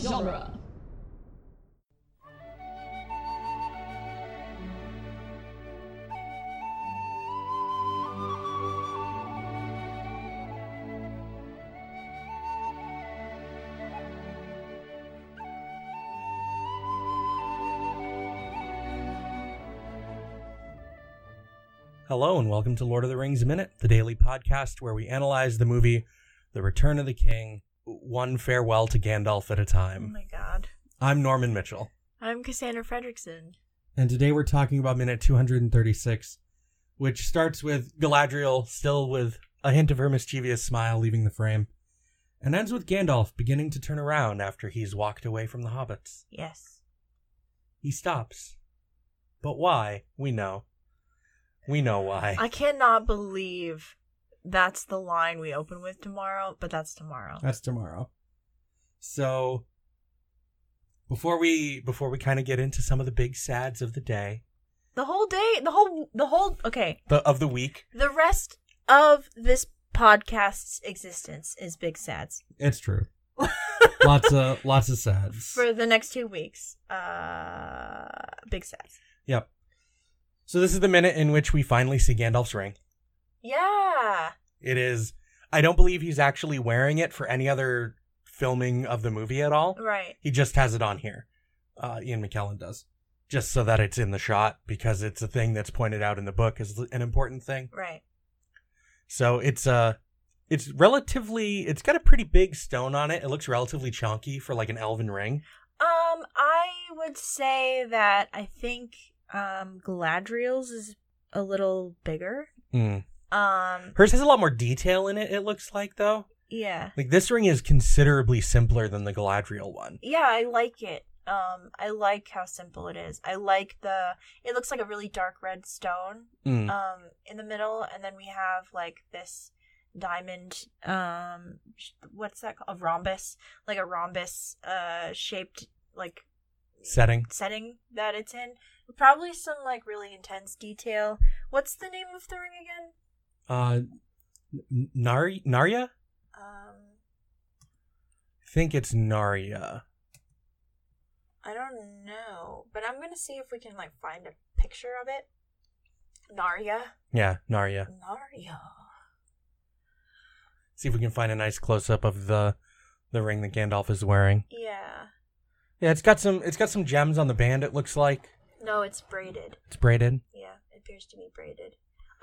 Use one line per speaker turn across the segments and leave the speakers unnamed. genre.
Hello, and welcome to Lord of the Rings Minute, the daily podcast where we analyze the movie The Return of the King, one farewell to Gandalf at a
Oh
time.
my god.
I'm Norman Mitchell,
I'm Cassandra Fredrickson.
and today we're talking about minute 236, which starts with Galadriel still with a hint of her mischievous smile leaving the frame, and ends with Gandalf beginning to turn around after he's walked away from the hobbits.
Yes.
He stops. But why? We know. We know why.
I cannot believe that's the line we open with tomorrow, but that's tomorrow.
That's tomorrow. So before we before we kind of get into some of the big sads of the day,
The whole day, the whole, the whole, okay.
the of the week,
The rest of this podcast's existence is big sads
it's true. lots of lots of sads.
for the next two weeks. Uh, big sads.
Yep. So this is the minute in which we finally see Gandalf's ring.
Yeah.
It is I don't believe he's actually wearing it for any other filming of the movie at all.
Right.
He just has it on here. Uh, Ian McKellen does. Just so that it's in the shot because it's a thing that's pointed out in the book as an important thing.
Right.
So it's uh it's relatively it's got a pretty big stone on it. It looks relatively chunky for like an elven ring.
Um, I would say that I think um Galadriel's is a little bigger.
Hmm.
Um,
Hers has a lot more detail in it, it looks like though.
yeah.
Like this ring is considerably simpler than the Galadriel one.
Yeah, I like it. Um, I like how simple it is. I like the. It looks like a really dark red stone.
Mm.
Um, in the middle, and then we have like this diamond. Um, sh- what's that called? A rhombus, like a rhombus, uh, shaped like
Setting.
setting that it's in. Probably some like really intense detail. What's the name of the ring again?
Uh N- Nari Narya?
Um,
I think it's Narya.
I don't know, but I'm gonna see if we can like find a picture of it. Narya.
Yeah, Narya.
Narya.
See if we can find a nice close up of the the ring that Gandalf is wearing.
Yeah.
Yeah, it's got some it's got some gems on the band it looks like.
No, it's braided.
It's braided.
Yeah, it appears to be braided.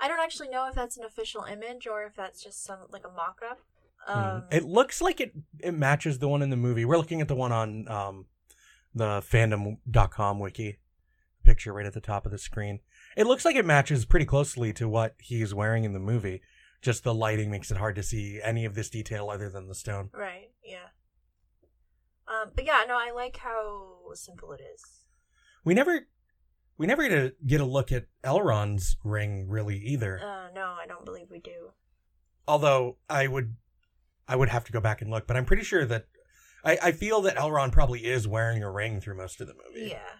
I don't actually know if that's an official image or if that's just some like a mock up. Um,
Mm. It looks like it it matches the one in the movie. We're looking at the one on um, the fandom.com wiki picture right at the top of the screen. It looks like it matches pretty closely to what he's wearing in the movie. Just the lighting makes it hard to see any of this detail other than the stone.
right. Yeah. Um, but yeah, no, I like how simple it is.
We never we never get a, get a look at Elrond's ring really either.
Uh, no, I don't believe we do.
Although I would I would have to go back and look, but I'm pretty sure that I, I feel that Elrond probably is wearing a ring through most of the movie.
Yeah.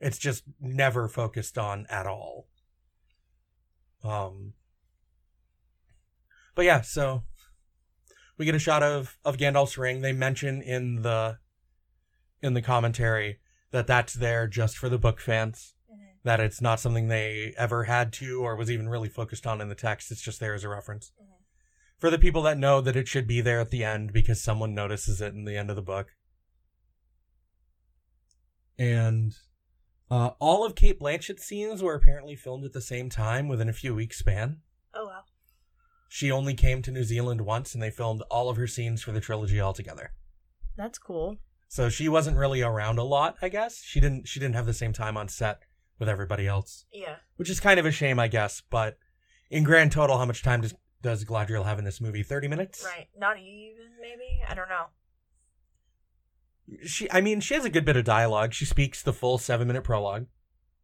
it's just never focused on at all. Um But yeah, so we get a shot of of Gandalf's ring. They mention in the in the commentary that that's there just for the book fans.
Mhm.
That it's not something they ever had to or was even really focused on in the text. It's just there as a reference.
Mhm.
For the people that know that it should be there at the end because someone notices it in the end of the book. And uh, all of Kate Blanchett's scenes were apparently filmed at the same time within a few weeks span.
Oh wow.
She only came to New Zealand once and they filmed all of her scenes for the trilogy altogether.
That's cool.
So she wasn't really around a lot, I guess. She didn't she didn't have the same time on set with everybody else,
Yeah.
which is kind of a shame, I guess, but in grand total how much time does does Galadriel have in this movie? 30 minutes?
Right. Not even maybe. I don't know.
She I mean, she has a good bit of dialogue. She speaks the full 7-minute prologue.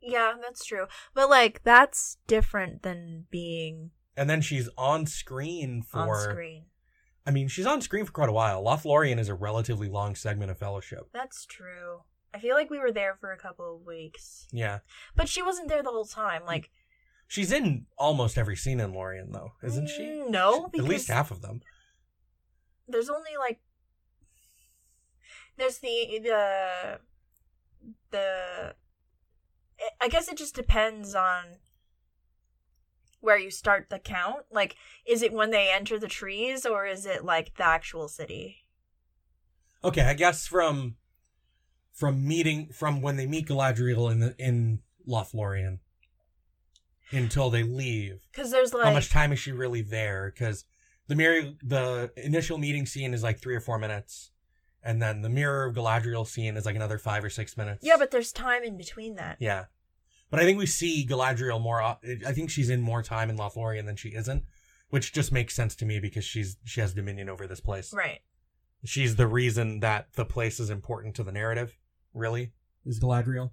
Yeah, that's true. But like that's different than being
And then she's on screen for
on screen.
I mean, she's on screen for quite a while. Lothlorien is a relatively long segment of Fellowship.
That's true. I feel like we were there for a couple of weeks.
Yeah.
But she wasn't there the whole time. Like
She's in almost every scene in Lorien, though, isn't she?
mm, No,
At least
because
half of them.
there's only like there's the the the I guess it just depends on where you start the count. Like is it when they enter the trees or is it like the actual city?
Okay, I guess from from meeting from when they meet Galadriel in the in Lothlorien until they leave.
Cuz there's like
How much time is she really there? Because the mirror, the initial meeting scene is like three or four minutes, and then the mirror of Galadriel scene is like another five or six minutes.
Yeah, but there's time in between that.
yeah, but I think we see Galadriel more. o- I think she's in more time in Lothlorien than she isn't, which just makes sense to me because she's she has dominion over this place.
Right.
She's the reason that the place is important to the narrative. Really, is Galadriel?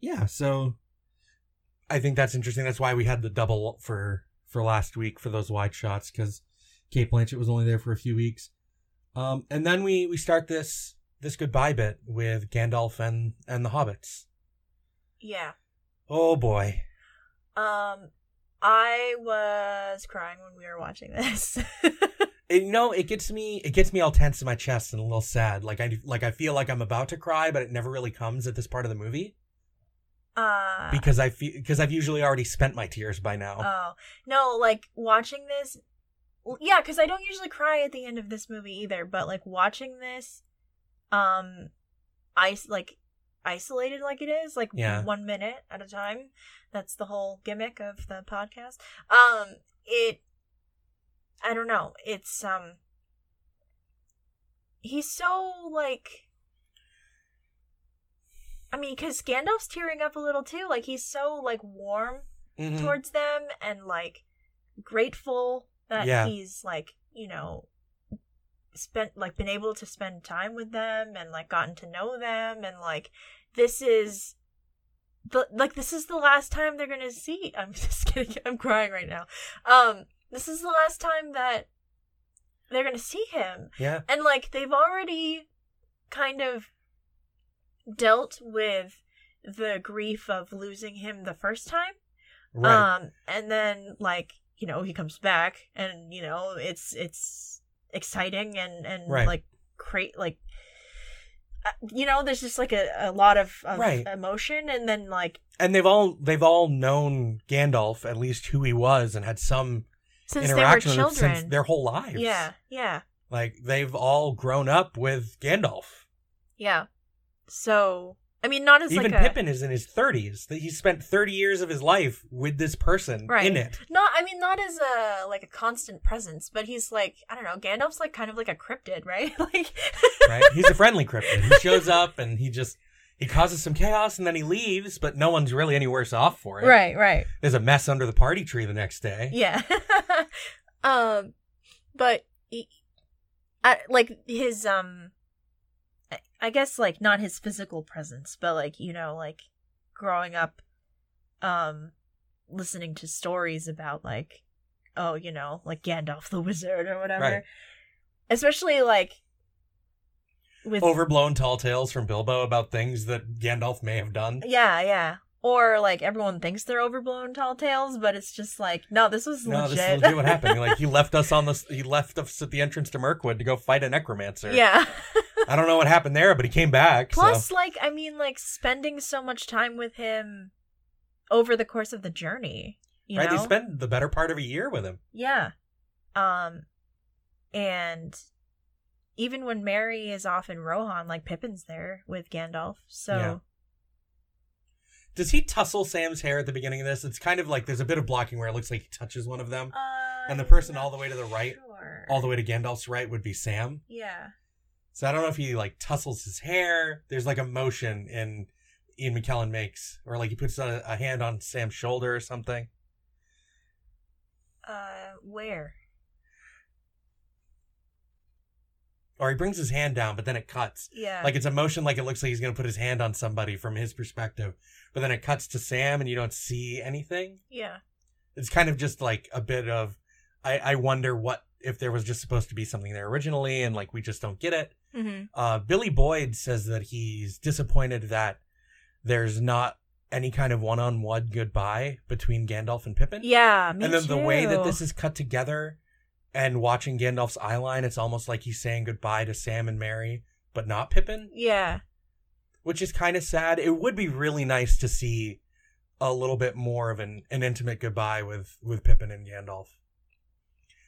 Yeah, so I think that's interesting. That's why we had the double for for last week for those wide shots because Kate Blanchett was only there for a few weeks. Um, and then we we start this this goodbye bit with Gandalf and and the hobbits.
Yeah.
Oh boy,
Um I was crying when we were watching this.
it, you know it gets me it gets me all tense in my chest and a little sad. Like I like I feel like I'm about to cry, but it never really comes at this part of the movie
uh
because I feel because I've usually already spent my tears by now.
Oh no! Like watching this, yeah, because I don't usually cry at the end of this movie either. But like watching this, um, I like isolated like it is, like
Yeah.
one minute at a time. That's the whole gimmick of the podcast. Um, it, I don't know. It's um, he's so like. I mean, because Gandalf's tearing up a little too. Like he's so like warm
Mhm.
towards them and like grateful that
Yeah.
he's like you know spent like been able to spend time with them and like gotten to know them and like this is the like this is the last time they're gonna see i'm just kidding i'm crying right now um this is the last time that they're gonna see him
Yeah,
and like they've already kind of dealt with the grief of losing him the first time
right.
um, and then like you know he comes back, and you know it's it's exciting and and
Right.
like create like uh, you know there's just like a, a lot of, of
Right.
emotion, and then like
and they've all they've all known Gandalf at least who he was and had some
since they were
interaction with him
children,
since their whole lives.
yeah, yeah,
like they've all grown up with Gandalf.
yeah. So I mean, not as
Even
like a
Pippin is in his thirties. He spent thirty years of his life with this person
Right.
in it.
not I mean not as a like a constant presence, but he's like I don't know. Gandalf's like kind of like a cryptid, right? like
Right? He's a friendly cryptid. He shows up and he just he causes some chaos and then he leaves, but no one's really any worse off for it.
right, right.
There's a mess under the party tree the next day.
Yeah. um, but he, I, like his um, I, I guess like not his physical presence, but like you know, like growing up, um, listening to stories about like, oh, you know, like Gandalf the Wizard or whatever.
Right.
Especially like with
Overblown tall tales from Bilbo about things that Gandalf may have done.
yeah, yeah. Or like everyone thinks they're overblown tall tales, but it's just like no, this was
No,
legit.
this is legit what happened. Like he left us on this. He left us at the entrance to Mirkwood to go fight a necromancer.
yeah.
I don't know what happened there, but he came back.
Plus,
so.
like, I mean, like, spending so much time with him over the course of the journey, you
right?
know?
They spent the better part of a year with him.
yeah. Um, and even when Mary is off in Rohan, like, Pippin's there with Gandalf. So,
Yeah. Does he tussle Sam's hair at the beginning of this? It's kind of like there's a bit of blocking where it looks like he touches one of them.
uh,
And the person all the way to the right,
sure.
All the way to Gandalf's right would be Sam.
Yeah.
So I don't know if he like tussles his hair. There's like a motion in Ian McKellen makes, or like he puts a, a hand on Sam's shoulder or something.
Uh, where?
Or he brings his hand down, but then it cuts.
Yeah.
Like it's a motion like it looks like he's gonna put his hand on somebody from his perspective. But then it cuts to Sam and you don't see anything.
yeah.
It's kind of just like a bit of I, I wonder what if there was just supposed to be something there originally and like we just don't get it.
Mm-hmm.
Uh Billy Boyd says that he's disappointed that there's not any kind of one on one goodbye between Gandalf and Pippin.
Yeah. Me
and then the way that
too.
this is cut together and watching Gandalf's eyeline, it's almost like he's saying goodbye to Sam and Mary but not Pippin,
Yeah.
which is kind of sad. It would be really nice to see a little bit more of an, an intimate goodbye with with Pippin and Gandalf,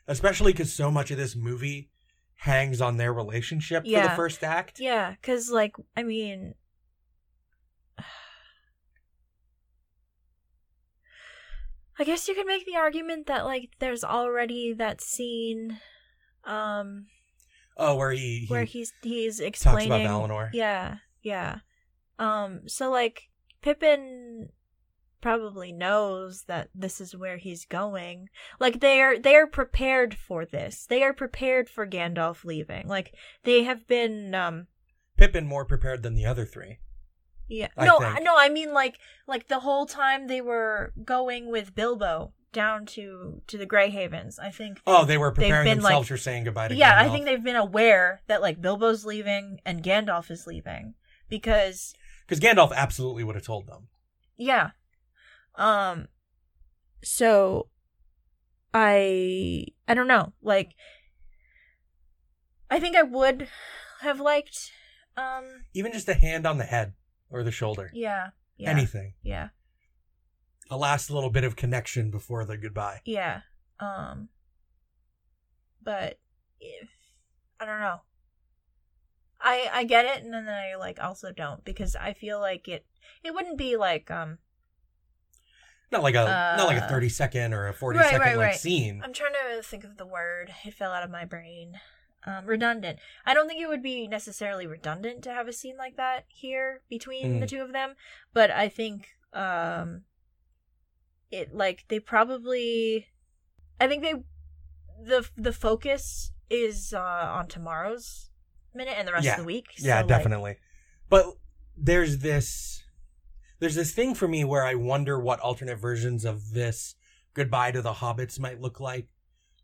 especially because so much of this movie hangs on their relationship for the
Yeah.
first act.
Yeah, because, like, I mean. I guess you could make the argument that, like, there's already that scene um,
Oh, where he, he
where he's he's
talks
explaining.
about Valinor.
Yeah, yeah. Um, so, like, Pippin probably knows that this is where he's going. Like they are they are prepared for this. They are prepared for Gandalf leaving. Like they have been um
Pippin more prepared than the other three.
Yeah.
I
no,
think.
no, I mean like like the whole time they were going with Bilbo down to to the Grey Havens. I think
Oh, they were
They've
preparing
been, like-
themselves for saying goodbye to
Yeah, I
Gandalf.
think they've been aware that like Bilbo's leaving and Gandalf is leaving because
because Gandalf absolutely would have told them.
yeah. Um so I I don't know. Like I think I would have liked um
Even just a hand on the head or the shoulder,
yeah. Yeah.
anything,
Yeah.
a last little bit of connection before the goodbye.
Yeah. Um but if I don't know. I I get it and then I like also don't because I feel like it it wouldn't be like um
Not like a not like a
Uh,
thirty second or a forty
right,
second
right,
like
right.
scene.
I'm trying to think of the word. It fell out of my brain. Um redundant. I don't think it would be necessarily redundant to have a scene like that here between
Mm.
the two of them, but I think um it like they probably I think they the the focus is uh, on tomorrow's minute and the rest
Yeah.
of the week.
yeah,
so, like-
definitely. but there's this there's this thing for me where I wonder what alternate versions of this goodbye to the hobbits might look like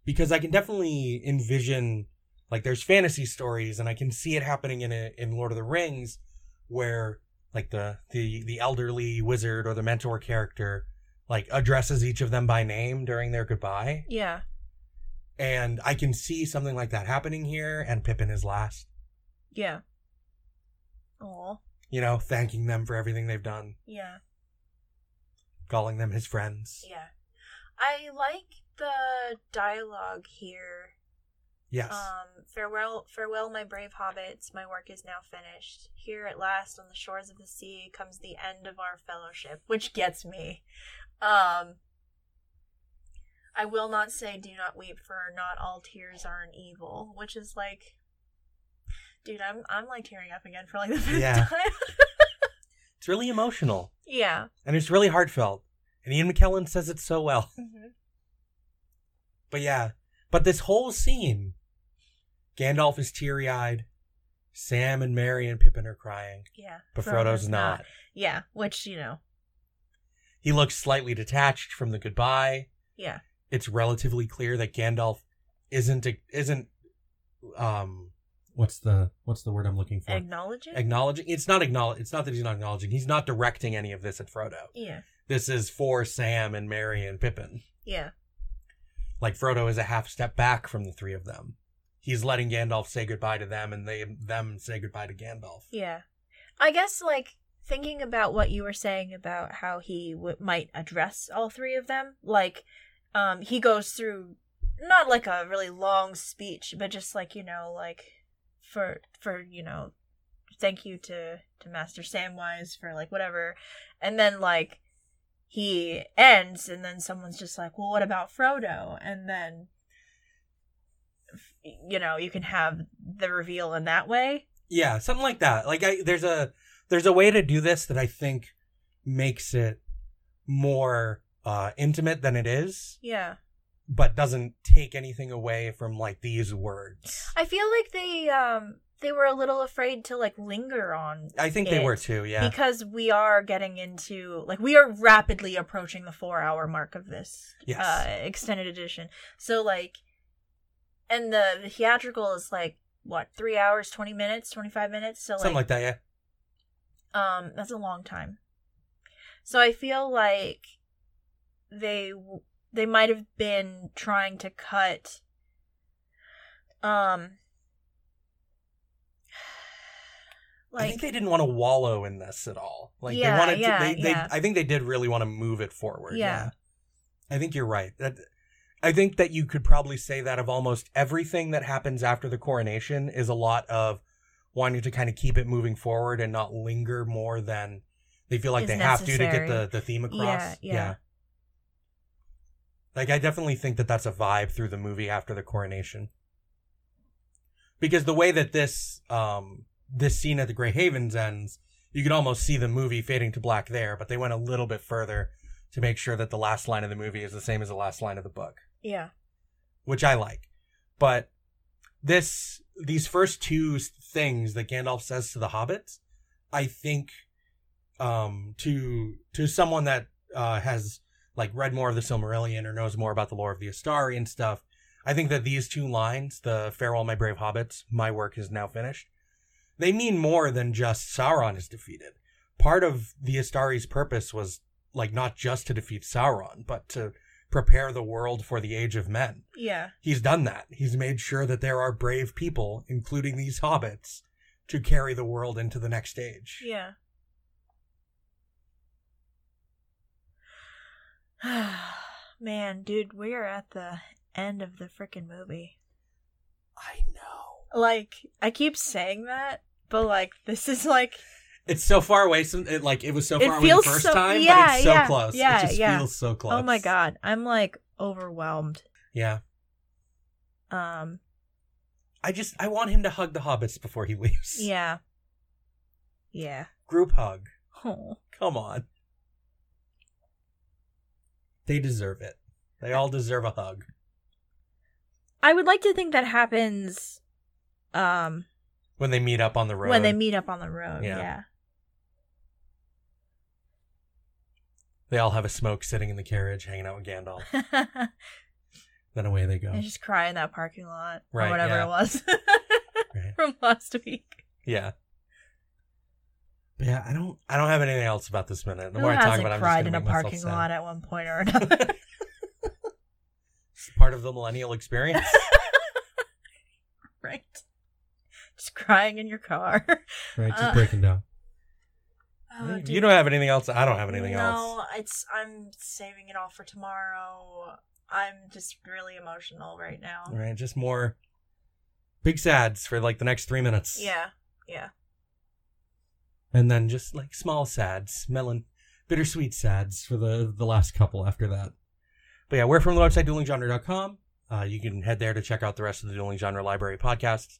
because I can definitely envision like there's fantasy stories and I can see it happening in a, in Lord of the Rings where like the the the elderly wizard or the mentor character like addresses each of them by name during their goodbye
yeah,
and I can see something like that happening here and Pippin is last
yeah. Oh,
you know thanking them for everything they've done
yeah,
calling them his friends
yeah. I like the dialogue here.
Yes.
Um, farewell, farewell, my brave hobbits. My work is now finished. Here at last, on the shores of the sea, comes the end of our fellowship, which gets me. Um, I will not say, "Do not weep," for not all tears are an evil, which is like, dude, I'm I'm like tearing up again for like the fifth
Yeah.
time.
it's really emotional
yeah.
and it's really heartfelt. And Ian McKellen says it so well. But yeah, but this whole scene Gandalf is teary eyed, Sam and Mary and Pippin are crying,
Yeah.
but Frodo's not.
Yeah, which you know.
He looks slightly detached from the goodbye.
Yeah.
It's relatively clear that Gandalf isn't isn't um what's the what's the word I'm looking for?
Acknowledging.
acknowledging it's not acknowledge it's not that he's not acknowledging. He's not directing any of this at Frodo.
yeah.
This is for Sam and Mary and Pippin.
Yeah.
like Frodo is a half step back from the three of them. He's letting Gandalf say goodbye to them, and they them say goodbye to Gandalf.
Yeah. I guess, like, thinking about what you were saying about how he w- might address all three of them, like, um, he goes through not like a really long speech, but just like, you know, like, for, for, you know, thank you to, to Master Samwise for, like, whatever. And then, like, he ends, and then someone's just like, well, what about Frodo? And then, f- you know, you can have the reveal in that way.
Yeah, something like that. Like I, there's a there's a way to do this that I think makes it more uh, intimate than it is,
Yeah.
but doesn't take anything away from like these words.
I feel like they um they were a little afraid to like linger on
I think they
It-
were too. Yeah,
because we are getting into like we are rapidly approaching the 4 hour mark of this
Yes.
uh extended edition. So like and the, the theatrical is like what 3 hours 20 minutes 25 minutes so
something
like
like that. Yeah,
um that's a long time so i feel like they w- they might have been trying to cut um
I
Like
think they didn't want to wallow in this at all. Like
Yeah,
they wanted
yeah,
to, they,
yeah.
they I think they did really want to move it forward.
Yeah.
Yeah. I think you're right. That I think that you could probably say that of almost everything that happens after the coronation is a lot of wanting to kind of keep it moving forward and not linger more than they feel like
Is
they have to to
necessary.
get the, the theme across.
Yeah, yeah.
Like I definitely think that that's a vibe through the movie after the coronation. Because the way that this um this scene at the Grey Havens ends, you can almost see the movie fading to black there, but they went a little bit further to make sure that the last line of the movie is the same as the last line of the book
yeah.
which I like. But this these first two s- things that Gandalf says to the hobbits, I think um to to someone that uh has like read more of the Silmarillion or knows more about the lore of the Astari and stuff, I think that these two lines, the farewell my brave hobbits, my work is now finished, they mean more than just Sauron is defeated. Part of the Astari's purpose was like not just to defeat Sauron, but to prepare the world for the age of men
Yeah.
he's done that. He's made sure that there are brave people, including these hobbits, to carry the world into the next stage.
Yeah. Man, dude, we're at the end of the freaking movie.
I know.
Like, I keep saying that, but like, this is like,
It's so far away. Some it, like it was so
It
far away
feels
the first
so-
time,
yeah,
but it's so
yeah,
close.
yeah,
it just
yeah.
feels so close.
oh my god, I'm like overwhelmed.
Yeah.
Um,
I just I want him to hug the hobbits before he leaves.
yeah, yeah.
Group hug.
Oh,
Come on. They deserve it. They all deserve a hug.
I would like to think that happens. Um,
When they meet up on the road.
when they meet up on the road,
Yeah.
yeah.
they all have a smoke sitting in the carriage, hanging out with Gandalf. then away they go.
I just cry in that parking lot or
Right,
whatever
yeah.
it was
Right.
from last week.
Yeah. But yeah, I don't I don't have anything else about this minute. The
Who
more I talk
hasn't
about it, I'm just
cried
gonna
in a
make myself
parking
sad.
lot at one point or another?
It's part of the millennial experience.
right. Just crying in your car.
right,
just Uh,
breaking down.
Oh,
you
dude.
don't have anything else. I don't have anything
no,
else.
it's I'm saving it all for tomorrow. I'm just really emotional right now.
All right, just more big sads for like the next three minutes.
Yeah.
And then just like small sads, melon bittersweet sads for the the last couple after that. But yeah, we're from the website duelinggenre.com. Uh, you can head there to check out the rest of the Dueling Genre Library podcasts.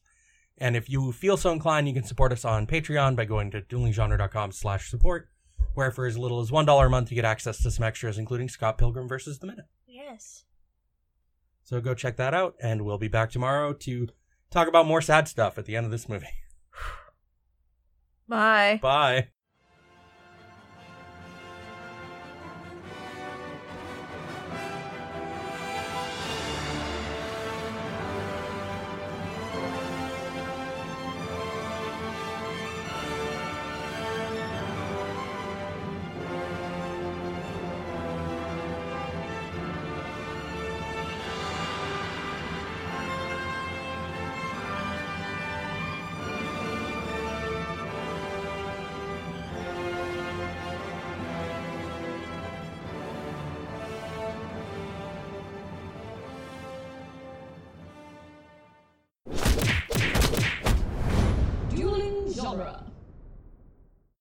And if you feel so inclined, you can support us on Patreon by going to duelinggenre.com slash support, where for as little as $1 a month, you get access to some extras, including Scott Pilgrim versus The Minute.
Yes.
So go check that out, and we'll be back tomorrow to talk about more sad stuff at the end of this movie.
Bye.
Bye.
Dueling genre.